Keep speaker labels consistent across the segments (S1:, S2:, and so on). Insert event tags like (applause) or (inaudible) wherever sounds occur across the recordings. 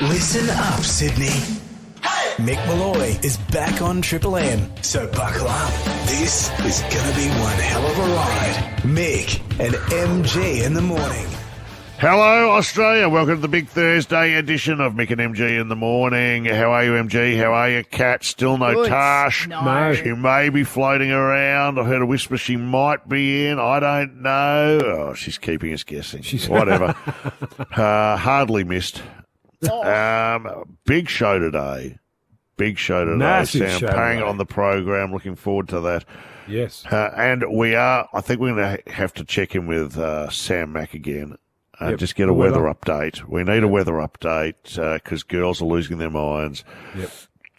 S1: Listen up, Sydney. Mick Malloy is back on Triple M, so buckle up. This is gonna be one hell of a ride. Mick and MG in the morning.
S2: Hello, Australia. Welcome to the big Thursday edition of Mick and MG in the morning. How are you, MG? How are you, Cat? Still no
S3: Good.
S2: Tash.
S3: No. No.
S2: She may be floating around. I heard a whisper she might be in. I don't know. Oh, she's keeping us guessing. She's whatever. uh, hardly missed. Um, big show today. Big show today.
S4: Massive
S2: Sam
S4: show
S2: Pang
S4: today.
S2: on the program. Looking forward to that.
S4: Yes.
S2: Uh, and we are, I think we're going to have to check in with uh, Sam Mack again and
S4: Yep,
S2: just get a
S4: the
S2: weather,
S4: weather.
S2: update. We need a weather update because girls are losing their minds.
S4: Yep.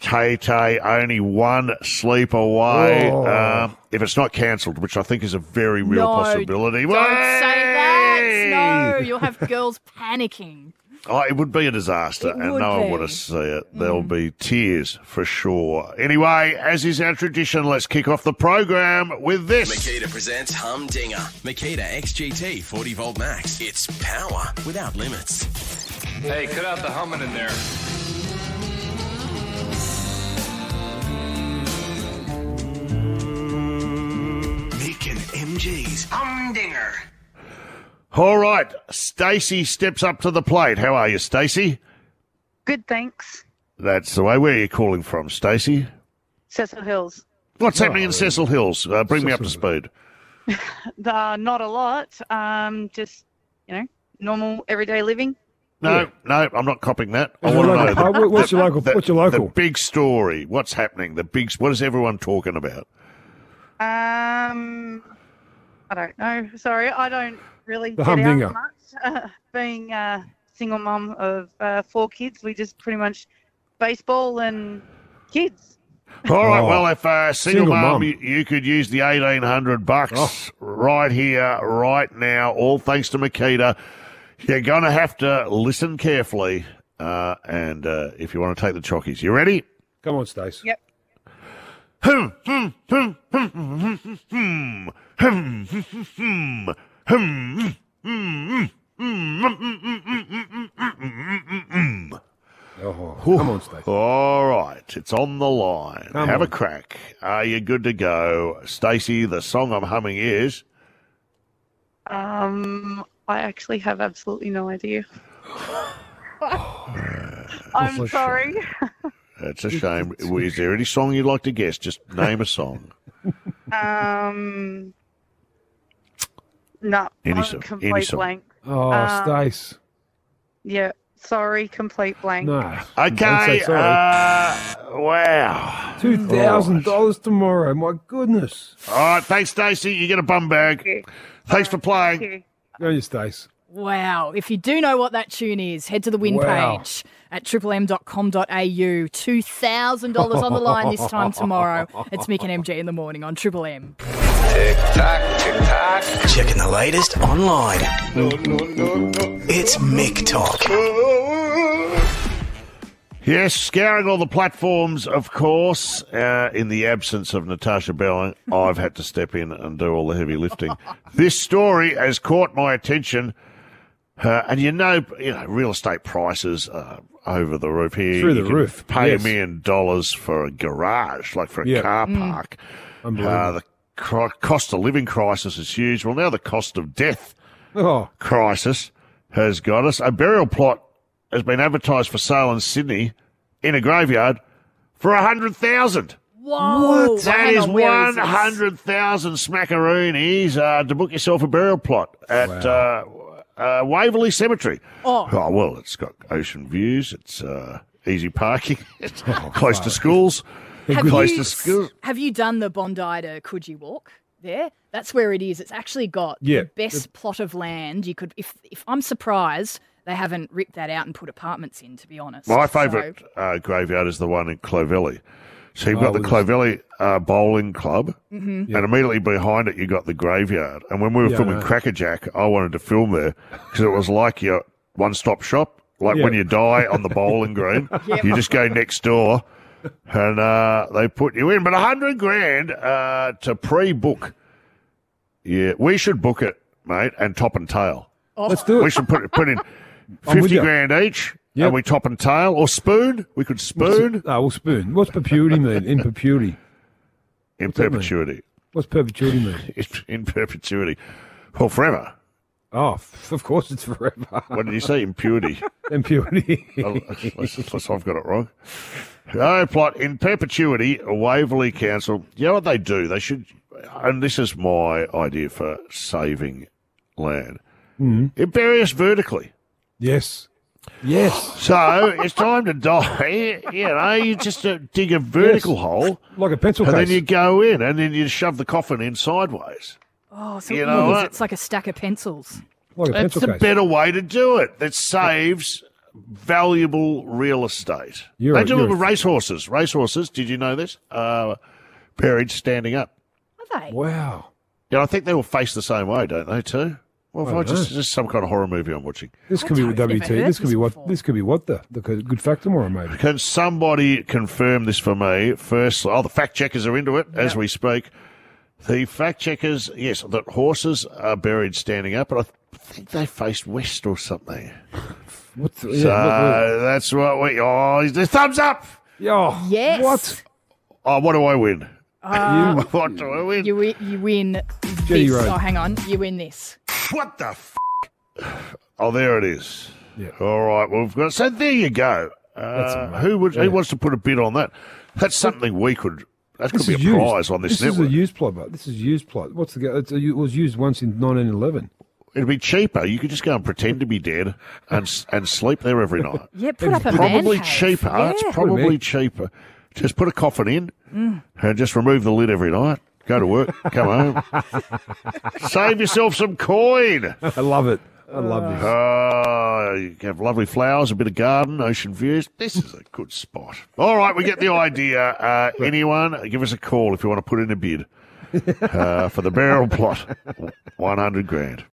S2: Tay Tay only one sleep away.
S4: Oh.
S2: Um, if it's not cancelled, which I think is a very real
S3: No,
S2: possibility.
S3: Don't say that. No, you'll have girls panicking.
S2: Oh, it would be a disaster,
S3: It
S2: and
S3: would
S2: no one
S3: be. Mm.
S2: would have see it. There'll be tears for sure. Anyway, as is our tradition, let's kick off the program with this.
S5: Makita presents Humdinger. Makita XGT 40 volt max. It's power without limits.
S6: Hey, cut out the humming in there.
S1: Mick and MG's
S6: Humdinger.
S2: All right, Stacey steps up to the plate. How are you, Stacey?
S7: Good, thanks.
S2: That's the way. Where are you calling from, Stacey?
S7: Cecil Hills.
S2: What's happening in Cecil Hills? Uh, bring me up to
S4: Oh, Cecil.
S2: speed.
S7: Uh, not a lot. Um, just you know, normal everyday living.
S2: No, no, I'm not copying that. I
S4: Your
S2: want to
S4: local-
S2: know.
S4: uh, what- what's your local? what's your
S2: The
S4: local?
S2: big story. What's happening? The big. What is everyone talking about?
S7: Um, I don't know. Sorry, I don't really
S4: The
S7: get out
S4: humdinger.
S7: much. (laughs) Uh, being a single mum of uh, four kids, we just pretty much baseball and kids.
S2: All right.
S4: Oh.
S2: Well, if uh, single,
S4: Single
S2: mum,
S4: mum. Oh.
S2: you, you could use the eighteen hundred bucks right here, right now. All thanks to Makita. You're gonna have to listen carefully, uh, and uh, if you want to take the chockies, you ready?
S4: Come on, Stace.
S7: Yep.
S2: Hum, hum, hum, hum, hum, hum, hum, hum, hum, hum, hum, hum, hum, hum, hum.
S4: Oh, come on, Stace.
S2: All right, it's on the line.
S4: Come
S2: Have a
S4: on.
S2: crack. Are you good to go, Stacey? The song I'm humming is
S7: Um, I actually have absolutely no idea. (laughs) I'm sorry.
S2: "It's a Shame." Is there any song you'd like to guess? Just name a song.
S7: Um, no,
S2: Any
S7: I'm
S2: song, any
S7: complete
S2: song.
S7: blank.
S4: Oh,
S7: Um,
S4: Stace.
S7: Yeah, sorry, complete blank.
S4: No.
S2: Okay.
S4: say
S2: Uh, wow.
S4: Two thousand dollars tomorrow. My goodness.
S2: All right. Thanks, Stacey. You get a bum bag.
S7: Okay,
S2: Thanks for playing.
S7: okay.
S4: Go you, Stace.
S3: Wow. If you do know what that tune is, head to the win
S4: Wow.
S3: page at triplem.com.au. $2,000 on the line this time tomorrow. It's Mick and MG in the morning on Triple M.
S6: Tick tock, tick tock.
S1: checking the latest online. It's Mick Talk.
S2: Yes, scouring all the platforms, of course. Uh, in the absence of Natasha Belling, I've had to step in and do all the heavy
S4: (laughs)
S2: lifting. this story has caught my attention, uh, and you know, you know, real estate prices are over the roof here.
S4: Through the
S2: You can
S4: roof,
S2: Pay
S4: yes.
S2: a million dollars for a garage, like for a
S4: Yeah. Mm.
S2: car park.
S4: Unbelievable.
S2: Uh, the cro- cost of living crisis is huge. Well, now the cost of death Uh,
S4: oh,
S2: crisis has got us. A burial plot has been advertised for sale in Sydney in a graveyard for a hundred thousand.
S3: Whoa. Well,
S2: That
S3: hang
S2: is
S3: on, where is
S2: one
S3: this?
S2: hundred thousand smackaroonies uh, to book yourself a burial plot at uh, uh, Waverley Cemetery.
S3: Oh.
S2: well, it's got ocean views. It's uh, easy parking. (laughs) It's close to schools.
S3: Have
S2: close
S3: you,
S2: to schools.
S3: have you done the Bondi to Coogee Walk there? That's where it is. It's actually got
S4: Yeah.
S3: the best plot of land you could. If if I'm surprised they haven't ripped that out and put apartments in. To be honest,
S2: My
S3: So-
S2: favourite uh, graveyard is the one in Clovelly. So you've got
S4: Oh,
S2: the
S4: well,
S2: Clovelly uh, Bowling Club,
S4: Yeah.
S2: and immediately behind it, you've got the graveyard. And when we were
S4: Yeah, I
S2: filming
S4: know.
S2: Crackerjack, I wanted to film there because it was like your one stop shop. Like
S4: Yeah.
S2: when you die on the bowling green, you just go next door and uh, they put you in. But a 100 grand uh, to pre book. Yeah, we should book it, mate, and top and tail.
S4: Oh, let's do
S2: We
S4: it.
S2: should put put in
S4: (laughs) I'm with
S2: fifty
S4: you.
S2: grand each, Are we top and tail or spoon? We could spoon
S4: No, Ah, well, spoon. What's perpetuity mean? In perpetuity.
S2: in
S4: that mean?
S2: perpetuity.
S4: What's perpetuity mean?
S2: In, in perpetuity. Well, forever.
S4: Oh, f- of course it's forever. (laughs)
S2: What did you say? Impurity.
S4: Impurity.
S2: unless, unless I've got it wrong. No plot in perpetuity. Waverley Council. You know what they do? They should, and this is my idea for saving land.
S4: Mm-hmm.
S2: It buries vertically.
S4: yes. Yes.
S2: So it's time to die. (laughs) You know, you just uh, dig a vertical hole,
S4: Like a pencil
S2: and
S4: case.
S2: then you go in, and then you shove the coffin in sideways.
S3: Oh, so
S2: You
S3: what
S2: know
S3: is it?
S2: what?
S3: It's like a stack of pencils.
S4: like a
S2: That's
S4: pencil
S2: the
S4: case.
S2: better way to do it. That saves valuable real estate.
S4: You're
S2: they
S4: a-
S2: do
S4: you're
S2: it
S4: a-
S2: with racehorses. Racehorses, did you know this? Uh, buried standing up.
S3: Are they?
S4: wow.
S2: Yeah, I think they all face the same way, don't they, too? Well, if I,
S4: I
S2: just,
S4: know.
S2: just some kind of horror movie I'm watching.
S4: This could be with
S3: I've never
S4: WT.
S3: heard
S4: This could
S3: this
S4: be what
S3: before.
S4: this could be what the the good good factor more maybe.
S2: Can somebody confirm this for me? First, oh, the fact checkers are into it as we speak. The fact checkers, yes, that horses are buried standing up, but I th- think they faced west or something.
S4: What the,
S2: So
S4: yeah,
S2: that's what we. Oh, he's the thumbs up.
S4: what, what,
S3: Yes.
S4: What?
S2: Oh, what do I win? (laughs)
S4: Uh,
S2: what do I win?
S3: You, wi- you win
S4: Jenny
S3: this.
S4: Rhodes.
S3: Oh, hang on. You win this.
S2: What the? F- oh, there it is.
S4: Yeah.
S2: All right. Well, we've got. So there you go. Uh, who would? Who wants to put a bid on that? That's something we could. That could
S4: This
S2: be a
S4: is used.
S2: prize on this,
S4: This
S2: network.
S4: is a used plot. But this is used plot. What's the? go- It's a, it was used once in 1911.
S2: It'd be cheaper. You could just go and pretend to be dead and s- and sleep there every
S4: (laughs)
S2: night.
S3: Yeah, put up a man
S2: probably
S3: cave.
S2: cheaper. It's
S3: Yeah.
S2: probably cheaper. Just put a coffin in
S3: Mm.
S2: and just remove the lid every night. Go to work. Come
S4: (laughs)
S2: home. Save yourself some coin.
S4: (laughs) I love it. I love this.
S2: Uh, you can have lovely flowers, a bit of garden, ocean views. This is a good spot. All right, we get the idea. Uh, anyone, give us a call if you want to put in a bid uh, for the barrel plot. 100 grand.